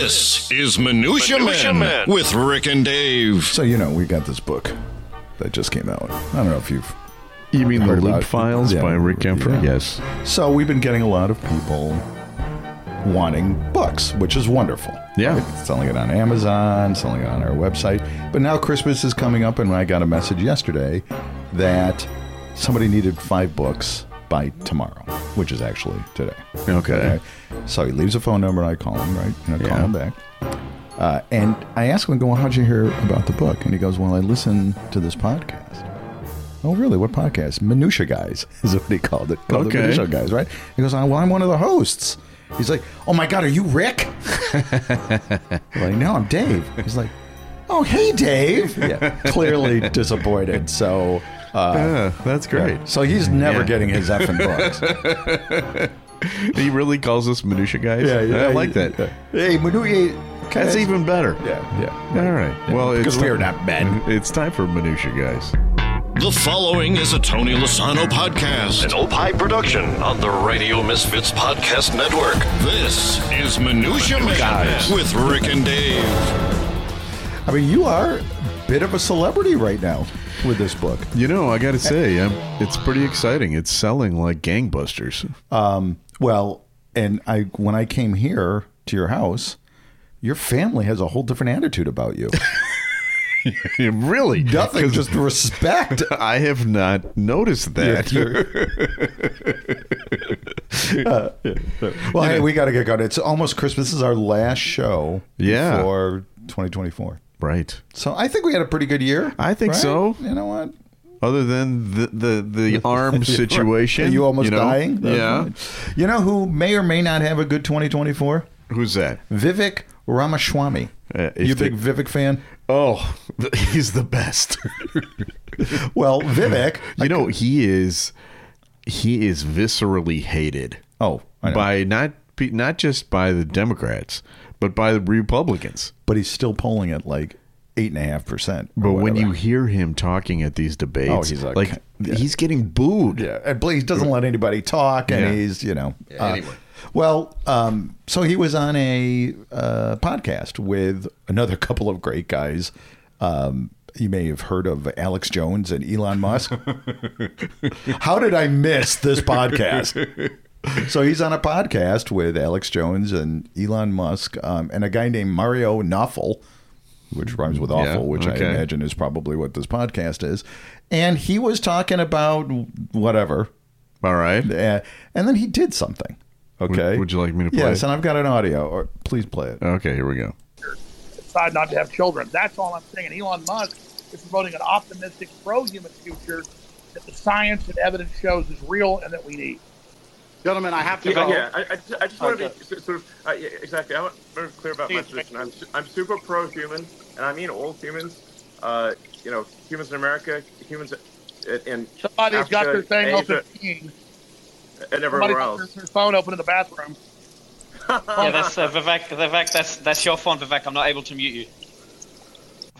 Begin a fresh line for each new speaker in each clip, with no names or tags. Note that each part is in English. This is Minutia,
Minutia
Men,
Men.
with Rick and Dave.
So you know, we got this book that just came out. I don't know if you've.
You mean the
Heard
Loop
about-
Files
yeah,
by Rick
yeah.
Gemfer? Yes.
So we've been getting a lot of people wanting books, which is wonderful.
Yeah.
selling it on Amazon, selling it on our website. But now Christmas is coming up, and I got a message yesterday that somebody needed five books by tomorrow, which is actually today.
Okay.
So he leaves a phone number, and I call him, right? And I call
Yeah.
him back. Uh, and I ask him, I go, well, how'd you hear about the book? And he goes, well, I listened to this podcast. Oh, really? What podcast? Minutia Guys is what he called it. Called
Okay.
it Minutia Guys, right? He goes, "Uh, well, I'm one of the hosts. He's like, oh my God, are you Rick? like, no, I'm Dave. He's like, oh, hey, Dave. Yeah, clearly disappointed. So, uh,
Yeah, that's great.
so he's never
Yeah.
getting his effing books.
He really calls us minutia guys. I like that.
Hey, Minutia.
That's even better.
Yeah, yeah.
All right. Well,
Because
it's ti-
we are not men.
It's time for minutia guys.
The following is a Tony Lasano
An
podcast.
Opie production on the Radio Misfits Podcast Network.
This is Minutia, Men
Guys.
with Rick and Dave.
I mean, you are a bit of a celebrity right now with this book.
You know, I got to say, um it's pretty exciting. It's selling like gangbusters. Hmm.
Well, and I when I came here to your house, your family has a whole different attitude about you.
really?
Nothing,
'Cause
just respect.
I have not noticed that.
Uh, Well, hey, we got to get going. It's almost Christmas. This is our last show
Yeah.
for 2024.
right.
So I think we had a pretty good year.
I think
right?
so.
You know what?
Other than the the, the arm situation.
Are you almost
know?
dying? That's
yeah.
right. You know who may or may not have a good 2024?
Who's that?
Vivek Ramaswamy.
Uh, if
you a
they-
big Vivek fan?
Oh, he's the best.
Well, Vivek.
You know, he is he is viscerally hated
Oh, I know.
by not pe- not just by the Democrats, but by the Republicans.
but he's still polling at like eight and a half percent.
But when you hear him talking at these debates,
Oh, he's like-
like he's getting booed.
yeah, and Blaze doesn't let anybody talk, and
Yeah.
he's you know uh,
anyway.
Well, um, so he was on a uh, podcast with another couple of great guys. Um, you may have heard of Alex Jones and Elon Musk. How did I miss this podcast? So he's on a podcast with Alex Jones and Elon Musk um, and a guy named Mario Knopfel, which rhymes with awful, which
okay.
I imagine is probably what this podcast is. And he was talking about whatever.
All right.
Uh, and then he did something. Okay.
would you like me to play
Yes,
it?
and I've got an audio. Or please play it.
Okay, here we go.
decide not to have children. That's all I'm saying. And Elon Musk is promoting an optimistic, pro-human future that the science and evidence shows is real and that we need.
Gentlemen, I have to
Yeah,
go.
yeah, I, I just, I just want to
Okay.
be s- sort of uh, yeah, exactly. I want to be clear about my position. I'm, su- I'm super pro-human, and I mean all humans. Uh, you know, humans in America, humans in, in
Somebody's got
Africa,
their thing
Asia,
open peeing.
and
Somebody's
everywhere
got their,
else.
their phone open in the bathroom.
Yeah, that's uh, Vivek. Vivek, that's that's your phone, Vivek. I'm not able to mute you.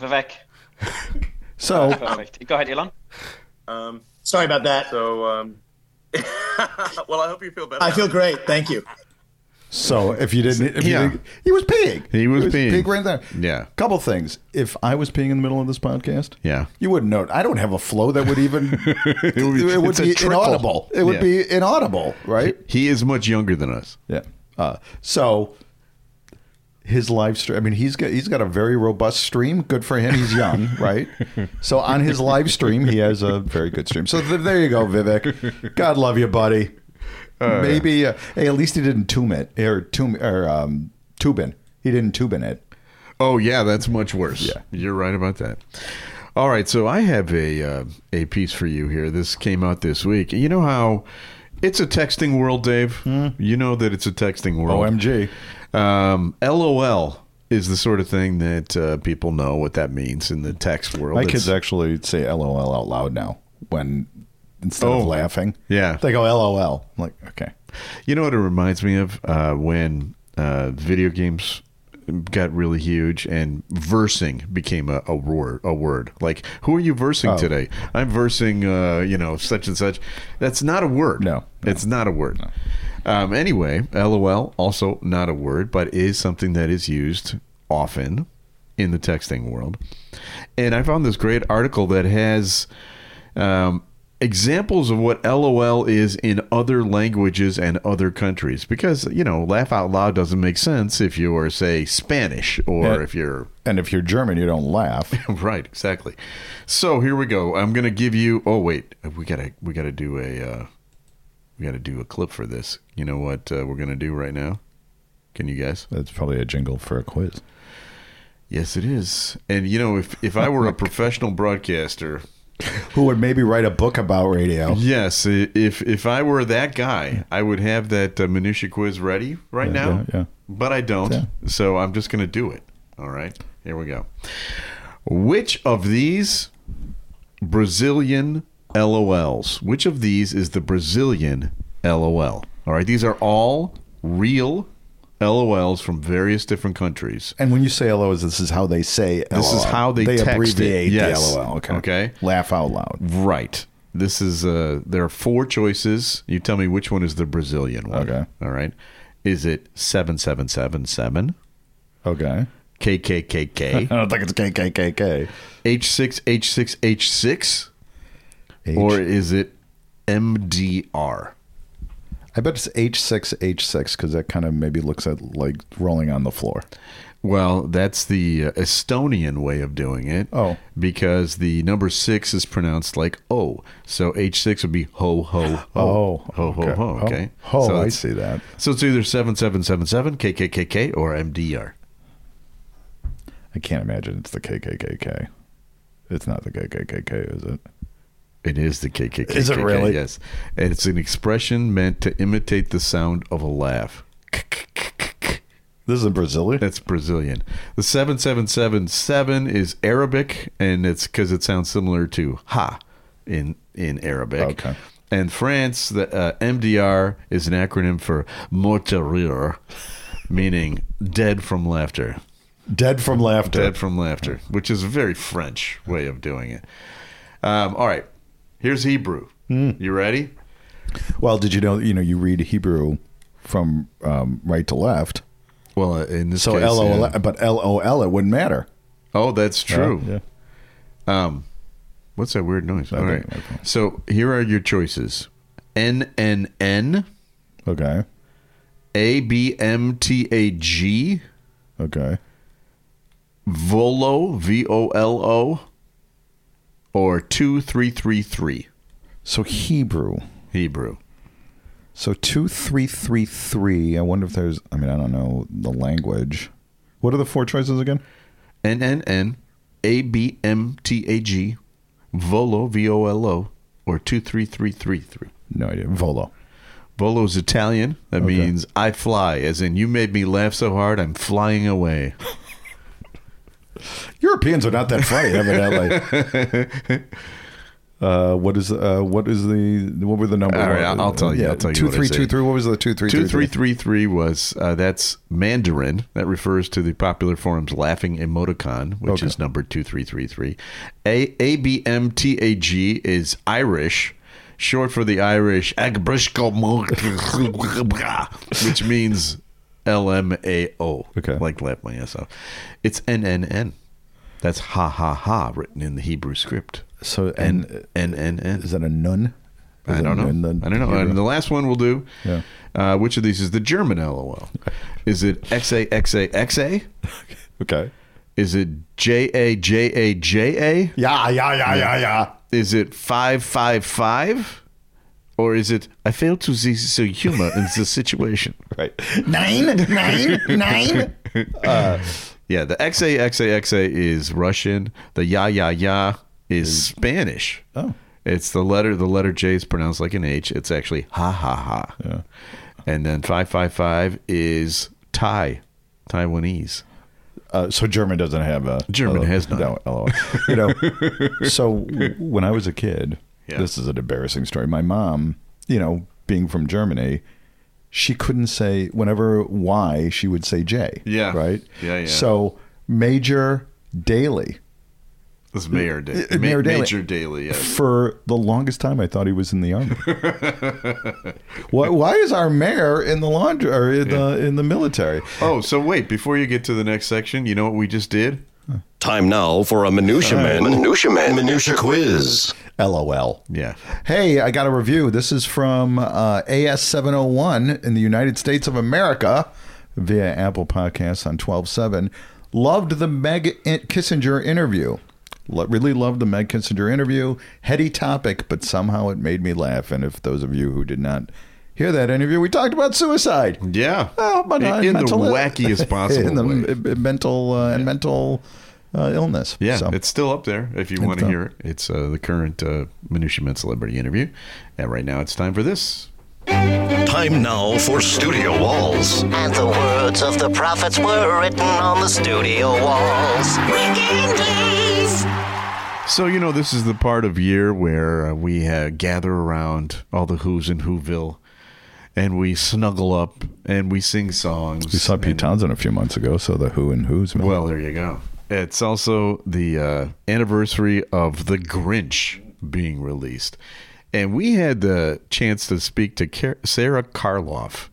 Vivek,
So
perfect. Go ahead, Elon.
Um,
Sorry about that.
so, um, well, I hope you feel better.
I feel great. Thank you.
so if you didn't, if you
Yeah.
didn't- he was peeing.
He was peeing.
right there.
Yeah.
Couple things. If I was peeing in the middle of this podcast,
Yeah.
you wouldn't know. it. I don't have a flow that would even. it would be,
it's a trickle.
inaudible. It would
Yeah.
be inaudible, right?
He is much younger than us.
Yeah. Uh, so his live stream. I mean, he's got he's got a very robust stream. Good for him. He's young, right? So on his live stream, he has a very good stream. So th- there you go, Vivek. God love you, buddy.
Oh,
Maybe uh, hey, at least he didn't tube it or tube or um, tubin. He didn't tubin it.
Oh yeah, that's much worse.
Yeah.
you're right about that. All right, so I have a uh, a piece for you here. This came out this week. You know how it's a texting world, Dave.
Hmm?
You know that it's a texting world.
OMG.
Um, LOL is the sort of thing that uh, people know what that means in the text world.
My
It's-
kids actually say LOL out loud now when instead
Oh.
of laughing,
Yeah.
they go LOL. I'm like, okay,
You know what it reminds me of uh, when uh, video games got really huge, and versing became a, a word. A word like, who are you versing
Oh.
today? I'm versing, uh, you know, such and such. That's not a word.
No, no.
it's not a word. Um, anyway, LOL also not a word, but is something that is used often in the texting world. And I found this great article that has um, examples of what LOL is in other languages and other countries. Because, you know, laugh out loud doesn't make sense if you are, say, Spanish or
Yeah.
if you're.
And if you're German, you don't laugh.
Right, exactly. So here we go. I'm gonna give you. Oh wait, we gotta we gotta do a uh, we gotta do a clip for this. You know what uh, we're gonna do right now? Can you guess?
That's probably a jingle for a quiz.
Yes, it is. And you know, if if I were a professional broadcaster,
Who would maybe write a book about radio?
yes, i- if if I were that guy, I would have that uh, minutia quiz ready right now.
yeah, yeah.
But I don't,
Yeah.
so I'm just gonna do it. All right, here we go. Which of these Brazilian LOLs? Which of these is the Brazilian LOL? All right, these are all real LOLs from various different countries.
And when you say LOLs, this is how they say LOL.
This is how they text it.
abbreviate
Yes.
the LOL. Okay.
Okay.
Laugh out loud.
Right. This is uh there are four choices. You tell me which one is the Brazilian one.
Okay.
All right. Is it 7777,
Okay. I
KKKK,
don't think it's KKKK.
H6 H6 H6
H-
or is it MDR?
I bet it's H6H6 because that kind of maybe looks at like rolling on the floor.
Well, that's the uh, Estonian way of doing it.
Oh.
Because the number 6 is pronounced like O. So H6 would be ho ho ho. ho ho ho, okay.
Oh,
so
I
it's-
see that.
So it's either 7777, KKKK, or MDR.
I can't imagine it's the KKKK. It's not the KKKK, is it?
It is the KKK.
Is it really?
Yes. And it's an expression meant to imitate the sound of a laugh.
This is in Brazil.
That's Brazilian. The 7777 is Arabic, and it's because it sounds similar to ha in, in Arabic.
Okay.
And France, the uh, MDR is an acronym for mort de rire, meaning dead from laughter.
Dead from laughter.
Dead from laughter, which is a very French way of doing it. Um, all right. Here's Hebrew.
Hmm.
You ready?
Well, did you know? You know, you read Hebrew from um, right to left.
Well, uh, in this
So
case,
LOL,
yeah.
but LOL, it wouldn't matter.
Oh, that's true.
Yeah.
What's that weird noise? All right.
think- okay.
So here are your choices: N N N,
Okay.
A B M T A G,
Okay.
Volo V O L O, or two three three three
So Hebrew.
Hebrew.
So two three three three. I wonder if there's. I mean, I don't know the language. What are the four choices again?
N N N, A B M T A G, Volo V O L O, or two three three three three.
No idea. Volo.
Volo's Italian. That means I fly, as in you made me laugh so hard I'm flying away.
Europeans are not that funny, evidently. Uh, what is uh, what is the what were the numbers?
All right, I'll- I'll tell you,
Yeah,
I'll tell you
two
what I
three
say.
two three. What was the two three
Two three three three was uh, that's Mandarin. That refers to the popular forum's laughing emoticon, which
Okay.
is number two three three three. A A B M T A G is Irish, short for the Irish Agbrisco Mo- which means L M A O.
Okay.
like laugh my ass off. It's N N N. That's ha ha ha written in the Hebrew script.
So and,
N N N N.
is that a nun? Is
I
it
don't
a
know.
nun,
I don't know.
Hebrew?
And the last one we'll do.
Yeah.
Uh, which of these is the German LOL? Is it XAXAXA?
Okay.
Is it JAJAJA?
Yeah, yeah, yeah, yeah, yeah.
Is it 555? Or is it I fail to see the humor in the situation?
Right. Nine, nine, nine.
Yeah, the XAXAXA is Russian. The ya ya ya is Spanish.
Oh.
It's the letter. The letter J is pronounced like an H. It's actually ha ha ha.
Yeah.
And then five five five is Thai, Taiwanese.
Uh, so German doesn't have a
German
a-
has none.
No, LOL. You know. so w- when I was a kid,
Yeah.
this is an embarrassing story. My mom, you know, being from Germany, she couldn't say whenever Y, she would say J.
Yeah.
Right?
Yeah, yeah.
So Major Daly.
This is Mayor Daly.
Uh, Mayor Daley.
Major Daly, yes.
For the longest time, I thought he was in the army. why, why is our mayor in the laundry or in the in the military?
Oh, so wait, before you get to the next section, you know what we just did?
Time now for a Minutia Man. Minutia Man. Minutia Quiz.
LOL.
Yeah.
Hey, I got a review. This is from uh, AS701 in the United States of America via Apple Podcasts on 127. Loved the Meg In- Kissinger interview. Lo- really loved the Meg Kissinger interview. Heady topic, but somehow it made me laugh. And if those of you who did not hear that interview, we talked about suicide.
Yeah.
Oh, but uh,
in, in the
mental-
wackiest possible
in the
way.
m- m- mental uh, and mental uh, illness.
Yeah,
So-
it's still up there if you want to
up.
hear it. It's uh, the current uh, Minutia Men celebrity interview. And right now it's time for this.
Time now for Studio Walls.
And the words of the prophets were written on the studio walls.
So, you know, this is the part of year where uh, we uh, gather around all the who's in Whoville and we snuggle up and we sing songs.
we saw Pete
and-
Townsend a few months ago, so the who and who's.
Well, there you go. It's also the uh, anniversary of The Grinch being released. And we had the chance to speak to Car- Sarah Karloff,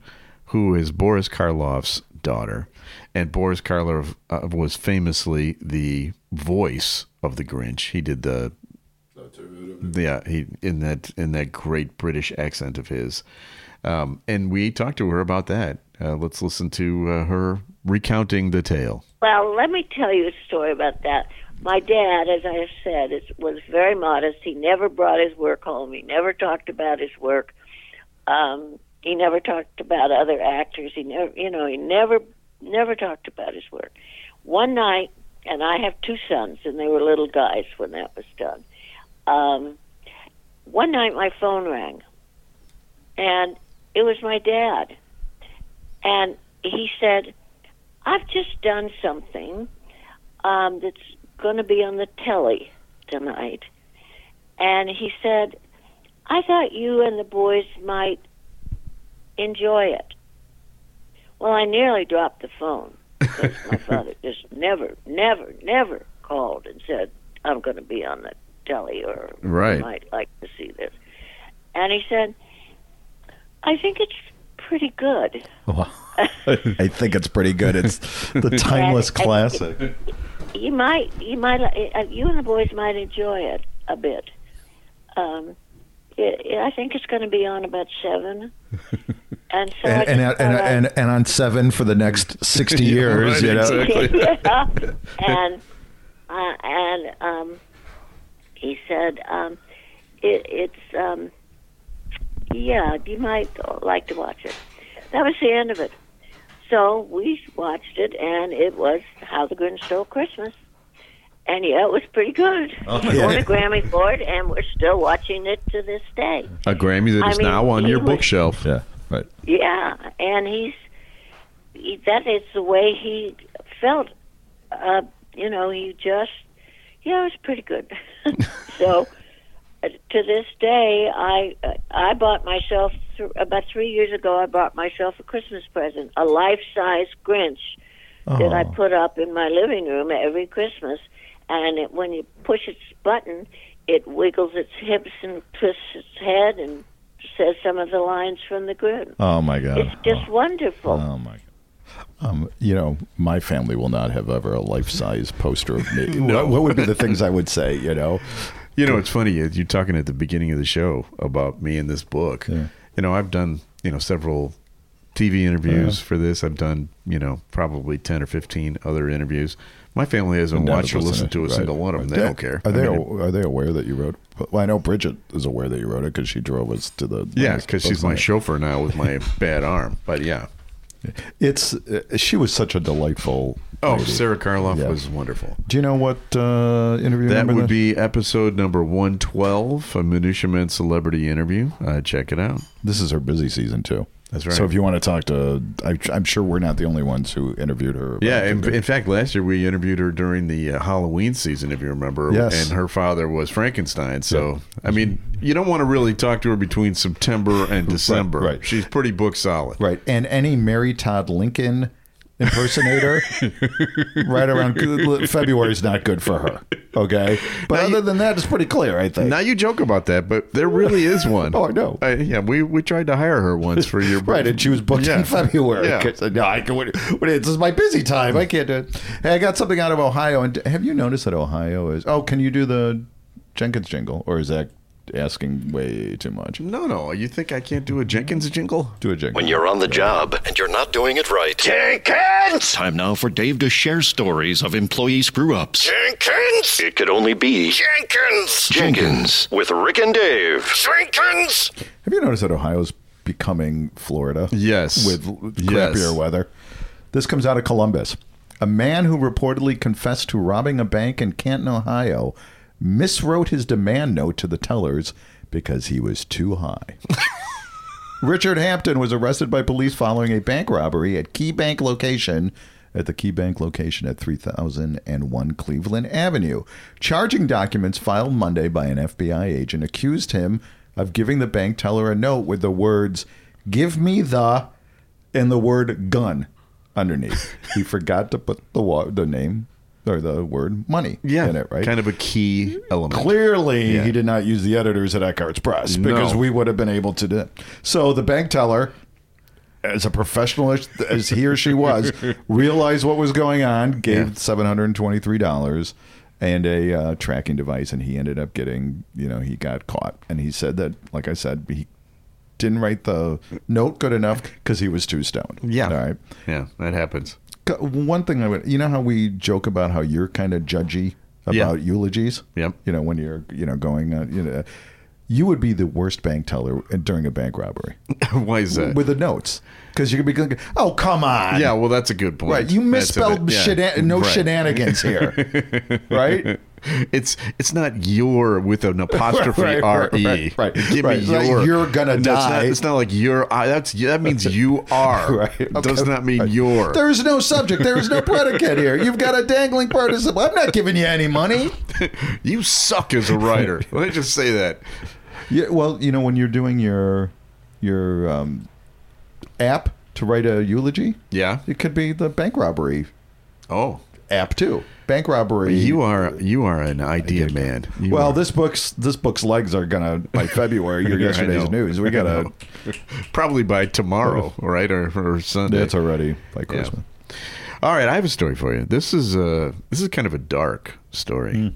who is Boris Karloff's daughter. And Boris Karloff uh, was famously the voice of The Grinch. He did the yeah, he in that in that great British accent of his, um, and we talked to her about that. Uh, let's listen to uh, her recounting the tale.
Well, let me tell you a story about that. My dad, as I have said, is, was very modest. He never brought his work home. He never talked about his work. Um, he never talked about other actors. He never, you know, he never, never talked about his work. One night, and I have two sons, and they were little guys when that was done. Um, one night, my phone rang, and it was my dad, and he said. I've just done something um, that's going to be on the telly tonight. And he said, I thought you and the boys might enjoy it. Well, I nearly dropped the phone because my father just never, never, never called and said, I'm going to be on the telly or
Right.
you might like to see this. And he said, I think it's pretty good.
I think it's pretty good. It's the timeless classic.
you might you might uh, you and the boys might enjoy it a bit. Um, it, it- I think it's going to be on about seven, and so I
And and,
just
and, and,
thought I'd-
and on seven for the next sixty years,
Right,
you know.
exactly.
yeah. and uh, and um, he said, um, it, "It's um, yeah, you might like to watch it." That was the end of it. So we watched it, and it was How the Grinch Stole Christmas. And yeah, it was pretty good. he won a Grammy for it, and we're still watching it to this day.
A Grammy that
I
is
mean,
now on
he
your
was-
bookshelf.
Yeah, right.
Yeah, and he's he, that is the way he felt. Uh, you know, he just yeah, it was pretty good. so uh, to this day, I uh, I bought myself th- about three years ago. I bought myself a Christmas present, a life size Grinch that I put up in my living room every Christmas. And it, when you push its button, it wiggles its hips and twists its head and says some of the lines from the Grinch.
Oh my god.
It's just wonderful.
Oh my. Um, you know, my family will not have ever a life-size poster of me. what, what would be the things I would say? You know,
You know, it's funny. you- You're talking at the beginning of the show about me and this book. You know, I've done you know several TV interviews
Uh-huh.
for this. I've done you know probably ten or fifteen other interviews. My family hasn't
Never
watched or listened to a
right.
single one of them. They
Yeah.
don't care.
Are
I
they
mean,
are they aware that you wrote? Well, I know Bridget is aware that you wrote it because she drove us to the.
yeah, because she's my chauffeur now with my bad arm. But yeah.
It's uh, she was such a delightful.
Oh,
lady.
Sarah Karloff
Yeah.
was wonderful.
Do you know what uh, interview
That
number
would be episode number 112, a Minutia Men celebrity interview. Uh, check it out.
This is her busy season too.
That's right.
So if you want to talk to, I, I'm sure we're not the only ones who interviewed her. about
Yeah,
it.
in, in fact, last year we interviewed her during the uh, Halloween season, if you remember.
Yes.
And her father was Frankenstein. So, I mean, you don't want to really talk to her between September and December.
right.
She's pretty book solid.
right. And any Mary Todd Lincoln impersonator, right around February is not good for her. Okay, but other than that, it's pretty clear, I think.
Now you joke about that, but there really is one.
Oh, I know.
I- yeah, we, we tried to hire her once for your
Right, and she was booked
Yeah.
in February.
Yeah.
'Cause, uh, No, I can. What, what- this is my busy time. I can't do it. Hey, I got something out of Ohio. And have you noticed that Ohio is? Oh, can you do the Jenkins jingle, or is that asking way too much?
No, no. You think I can't do a Jenkins jingle?
Do a jingle.
When you're on the job and you're not doing it right. Jenkins!
Time now for Dave to share stories of employee screw ups.
Jenkins! It could only be Jenkins! Jenkins with Rick and Dave. Jenkins!
Have you noticed that Ohio's becoming Florida?
Yes.
With l-
Yes.
crappier weather. This comes out of Columbus. A man who reportedly confessed to robbing a bank in Canton, Ohio, miswrote his demand note to the tellers because he was too high. Richard Hampton was arrested by police following a bank robbery at Key Bank location at the Key Bank location at 3001 Cleveland Avenue. Charging documents filed Monday by an FBI agent accused him of giving the bank teller a note with the words "Give me the" and the word "gun" underneath. he forgot to put the wa- the name or the word "money"
Yeah.
in it, right?
Kind of a key element.
Clearly,
Yeah.
he did not use the editors at Eckhart's Press
No.
because we would have been able to do it. So the bank teller, as a professional as, as he or she was, realized what was going on, gave
Yeah.
$723 and a uh, tracking device, and he ended up getting, you know, he got caught. And he said that, like I said, he didn't write the note good enough because he was too stoned.
Yeah.
All right.
Yeah, that happens.
C- One thing I would, you know, how we joke about how you're kind of judgy about
Yeah.
eulogies.
Yep.
You know, when you're, you know, going, on, you know, you would be the worst bank teller during a bank robbery
Why is that?
with the notes because you could be going, oh come on,
yeah, well, that's a good point.
right. You
That's a
misspelled
bit- yeah.
shena- no
Right.
shenanigans here, right?
It's it's not your with an apostrophe
Right,
R
right,
E.
right, right.
Give
Right.
me
It's
your.
not you're gonna
No, it's not-
die.
It's not, like your. I, that's that means you are.
Right.
It Does
Okay.
not mean your.
There is no subject. There is no predicate here. You've got a dangling participle. I'm not giving you any money.
you suck as a writer. Let me just say that.
Yeah, well, you know, when you're doing your your um, app to write a eulogy,
Yeah.
it could be the bank robbery
Oh,
app too. Bank robbery.
you are you are an idea man. You
well,
are-
this book's this book's legs are gonna by February. Your
I
yesterday's
know.
news. We
I
gotta.
know. probably by tomorrow, right, or, or Sunday.
That's already by Christmas.
All right, I have a story for you. This is a this is kind of a dark story,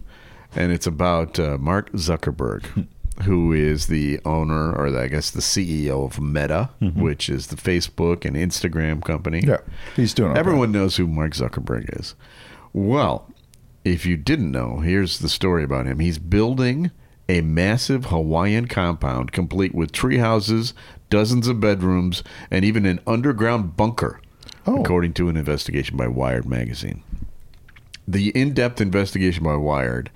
and it's about uh, Mark Zuckerberg, who is the owner, or the, I guess the CEO of Meta, which is the Facebook and Instagram company.
Yeah, he's doing. okay.
Everyone knows who Mark Zuckerberg is. Well, if you didn't know, here's the story about him. He's building a massive Hawaiian compound complete with tree houses, dozens of bedrooms, and even an underground bunker,
Oh.
according to an investigation by Wired magazine. The in depth investigation by Wired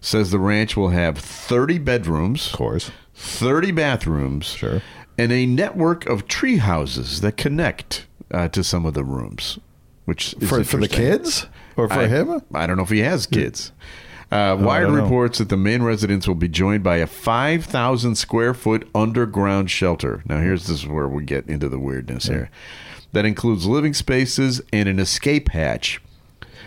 says the ranch will have 30 bedrooms.
of course.
30 bathrooms
Sure.
and a network of tree houses that connect uh, to some of the rooms which is
For for the
interesting.
kids or for
I,
him? Oh,
I don't know if he has kids uh, wired
don't know.
reports that the main residence will be joined by a 5000 square foot underground shelter now here's this is where we get into the weirdness here that includes living spaces and an escape hatch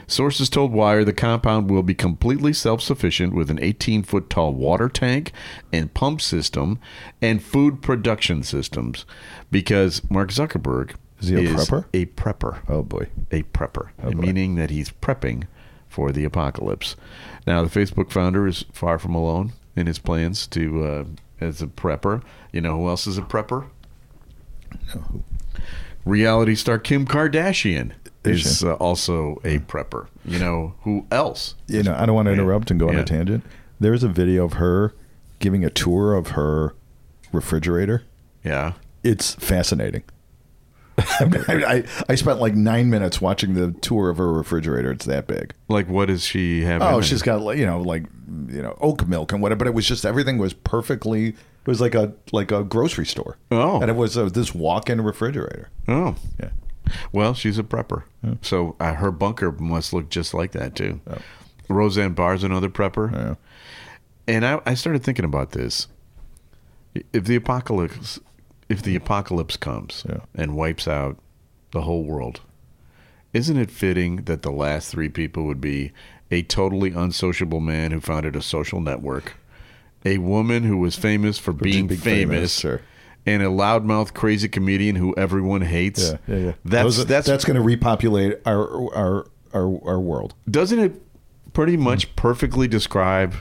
Sources told Wire the compound will be completely self sufficient with an 18 foot tall water tank and pump system and food production systems because Mark Zuckerberg
Is he a prepper?
A prepper.
Oh boy. Oh,
A prepper, meaning that he's prepping for the apocalypse. Now, the Facebook founder is far from alone in his plans to uh, as a prepper. You know who else is a prepper? Reality star Kim Kardashian
Is
is uh, also a prepper. You know who else?
you know, I don't want to
Yeah.
interrupt and go on
Yeah.
a tangent. There's a video of her giving a tour of her refrigerator.
Yeah.
It's fascinating. I, I spent like nine minutes watching the tour of her refrigerator. It's that big.
Like, what does she have? in
Oh,
it?
she's got like, you know like you know oat milk and whatever. But it was just everything was perfectly. It was like a like a grocery store.
Oh.
and it was uh, this walk-in refrigerator.
Oh,
Yeah.
well, she's a prepper, so uh, her bunker must look just like that too. Roseanne Barr's another prepper,
Yeah.
and I, I started thinking about this. If the apocalypse, if the apocalypse comes
Yeah.
and wipes out the whole world, isn't it fitting that the last three people would be a totally unsociable man who founded a social network, a woman who was famous for, being,
being
famous,
famous, sure.
and a loudmouth crazy comedian who everyone hates?
Yeah, yeah, yeah.
That's
Those are-
that's,
that's going to repopulate our our our our world.
doesn't it pretty
Hmm.
much perfectly describe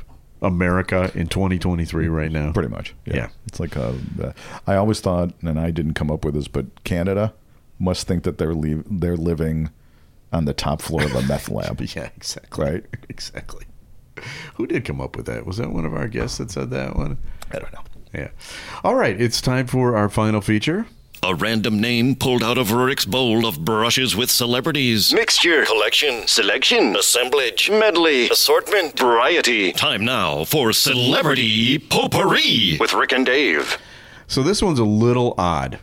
America in 2023 right now?
Pretty much.
Yeah.
It's like uh uh, I always thought, and I didn't come up with this, but Canada must think that they're leave, they're living on the top floor of a meth lab.
Yeah, exactly.
Right.
Exactly. Who did come up with that? Was that one of our guests that said that one?
I don't know.
Yeah. All right, it's time for our final feature.
A random name pulled out of Rurik's bowl of brushes with celebrities.
Mixture, collection, selection, assemblage, medley, assortment, variety.
Time now for Celebrity Potpourri.
With Rick and Dave.
So this one's a little odd,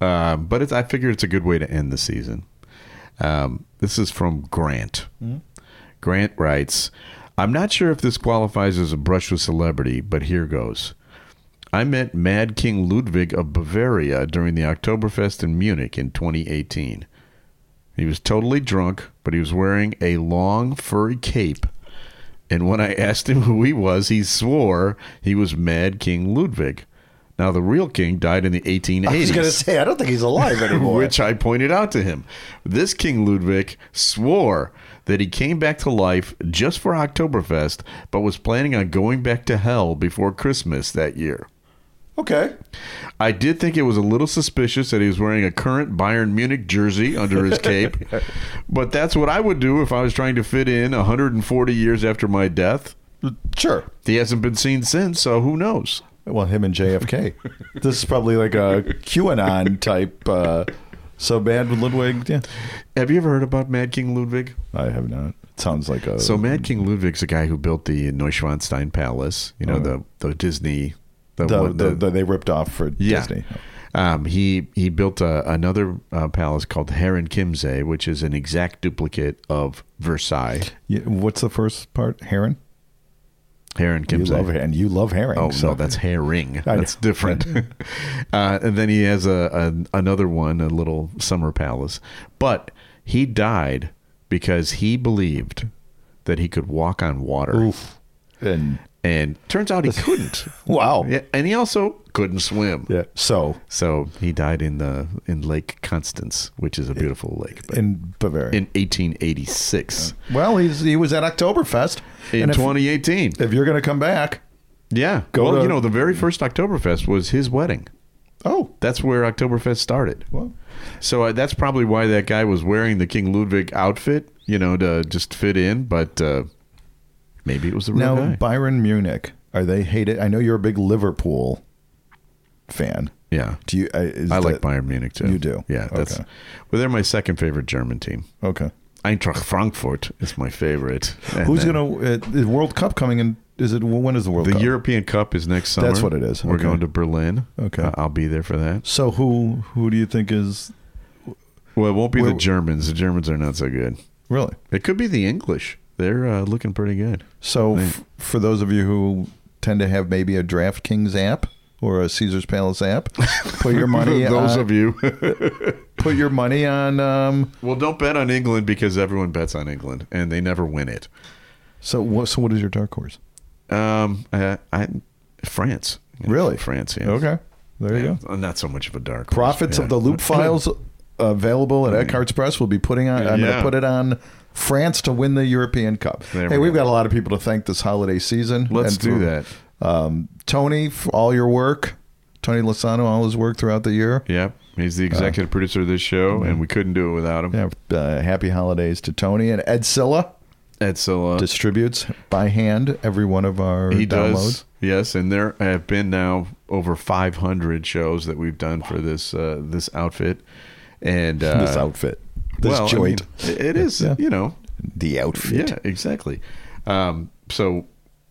uh, but it's, I figure it's a good way to end the season. Um, this is from Grant.
Mm-hmm.
Grant writes, "I'm not sure if this qualifies as a brush with celebrity, but here goes. I met Mad King Ludwig of Bavaria during the Oktoberfest in Munich in 2018. He was totally drunk, but he was wearing a long furry cape." And when I asked him who he was, he swore he was Mad King Ludwig. Now, the real king died in the 1880s.
I was going to say, I don't think he's alive anymore.
Which I pointed out to him. This King Ludwig swore that he came back to life just for Oktoberfest, but was planning on going back to hell before Christmas that year.
okay.
I did think it was a little suspicious that he was wearing a current Bayern Munich jersey under his cape, but that's what I would do if I was trying to fit in 140 years after my death.
Sure.
He hasn't been seen since, so who knows?
Well, him and JFK. this is probably like a QAnon type. Uh, so bad with Ludwig. Yeah.
Have you ever heard about Mad King Ludwig?
I have not. It sounds like a.
So Mad King Ludwig's the guy who built the Neuschwanstein Palace, you know, the the Disney the,
Oh. the,
one-
the, the- they ripped off for
yeah.
Disney.
Um, he he built a, another uh, palace called Heron Kimse, which is an exact duplicate of Versailles.
Yeah, what's the first part? Heron?
Heron
You
Kimse.
love, and you love herring.
Oh
so
no, that's herring.
I know.
That's different. uh, and then he has a, a another one, a little summer palace. But he died because he believed that he could walk on water,
Oof. And
and turns out he couldn't.
wow.
Yeah, and he also couldn't swim.
Yeah. So
So he died in the in Lake Constance, which is a beautiful lake. But
in Bavaria.
in 1886,
well, he's he was at Oktoberfest.
in
and if,
2018,
if you're going to come back,
yeah.
Go
well,
to-
you know, the very first Oktoberfest was his wedding.
oh,
That's where Oktoberfest started.
well,
So uh, that's probably why that guy was wearing the King Ludwig outfit, you know, to just fit in. But uh, maybe it was the real
now
guy.
Byron Munich, are they hated? I know you're a big Liverpool fan.
yeah,
Do you? Uh, is
I like
that-
Bayern Munich too.
You do?
yeah. That's
Okay.
well, they're my second favorite German team.
Okay.
Eintracht Frankfurt is my favorite. And
Who's
then-
going to uh, the World Cup coming in? Is it when is the World
The
Cup?
European Cup is next summer.
That's what it is.
We're
Okay.
going to Berlin.
Okay.
Uh, I'll be there for that.
So who who do you think is
Well, it won't be the
We're-
Germans. The Germans are not so good.
really?
It could be the English. They're uh, looking pretty good.
So, f- for those of you who tend to have maybe a DraftKings app or a Caesar's Palace app, put your money.
Those
on,
of you.
put your money on. Um,
Well, don't bet on England because everyone bets on England and they never win it.
so, what, so what is your dark horse?
Um, I, I France.
Really?
France. Yeah.
Okay, there you
Yeah.
go.
I'm not so much of a dark. horse.
Profits
Yeah.
of the Loop Files available at Eckhart's Press. We'll be putting on. I'm going
Yeah.
to put it on France to win the European Cup.
There
hey,
we
we've
go.
got a lot of people to thank this holiday season.
Let's
And
do
for-
that.
Um, Tony, for all your work. Tony Lasano, all his work throughout the year.
Yeah, he's the executive producer of this show, and we couldn't do it without him.
Uh, Yeah, uh, happy holidays to Tony and Ed Silla
Ed Silla.
distributes by hand every one of our
he
downloads.
does yes and there have been now over 500 shows that we've done for this uh, this outfit and uh,
This outfit. This
well, I
joint.
mean, it is,
Yeah.
you know,
The outfit.
yeah, exactly. Um, so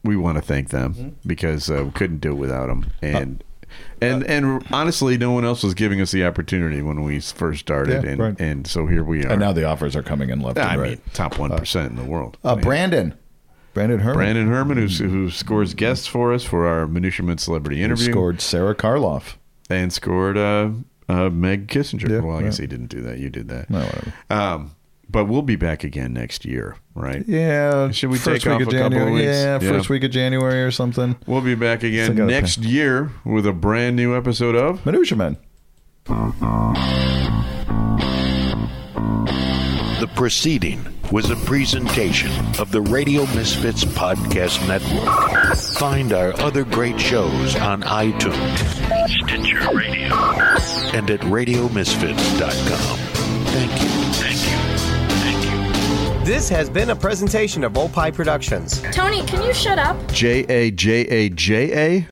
we want to thank them because uh, we couldn't do it without them,
Uh,
and and and honestly, no one else was giving us the opportunity when we first started,
Yeah,
and
right.
and so here we are.
And now the offers are coming in left
I
and
mean,
right.
top one percent in the world.
uh,
I mean,
Brandon. Brandon Herman.
Brandon Herman, who's, who scores guests for us for our Minutemen Celebrity
who
Interview,
scored Sarah Karloff.
and scored uh, uh, Meg Kissinger.
Yeah,
well, I guess
yeah.
he didn't do that. You did that.
No, whatever.
Um, but we'll be back again next year, right?
Yeah.
Should we
first
take
week
off
of
a couple
January?
of weeks?
Yeah,
Yeah.
first week of January or something.
We'll be back again
Still gotta
next year with a brand new episode of.
Minutia Men.
The proceeding was a presentation of the Radio Misfits Podcast Network. Find our other great shows on iTunes, Stitcher Radio, and at RadioMisfits.com. Thank you. Thank you. Thank you.
This has been a presentation of Opie Productions.
Tony, can you shut up?
J A J A J A.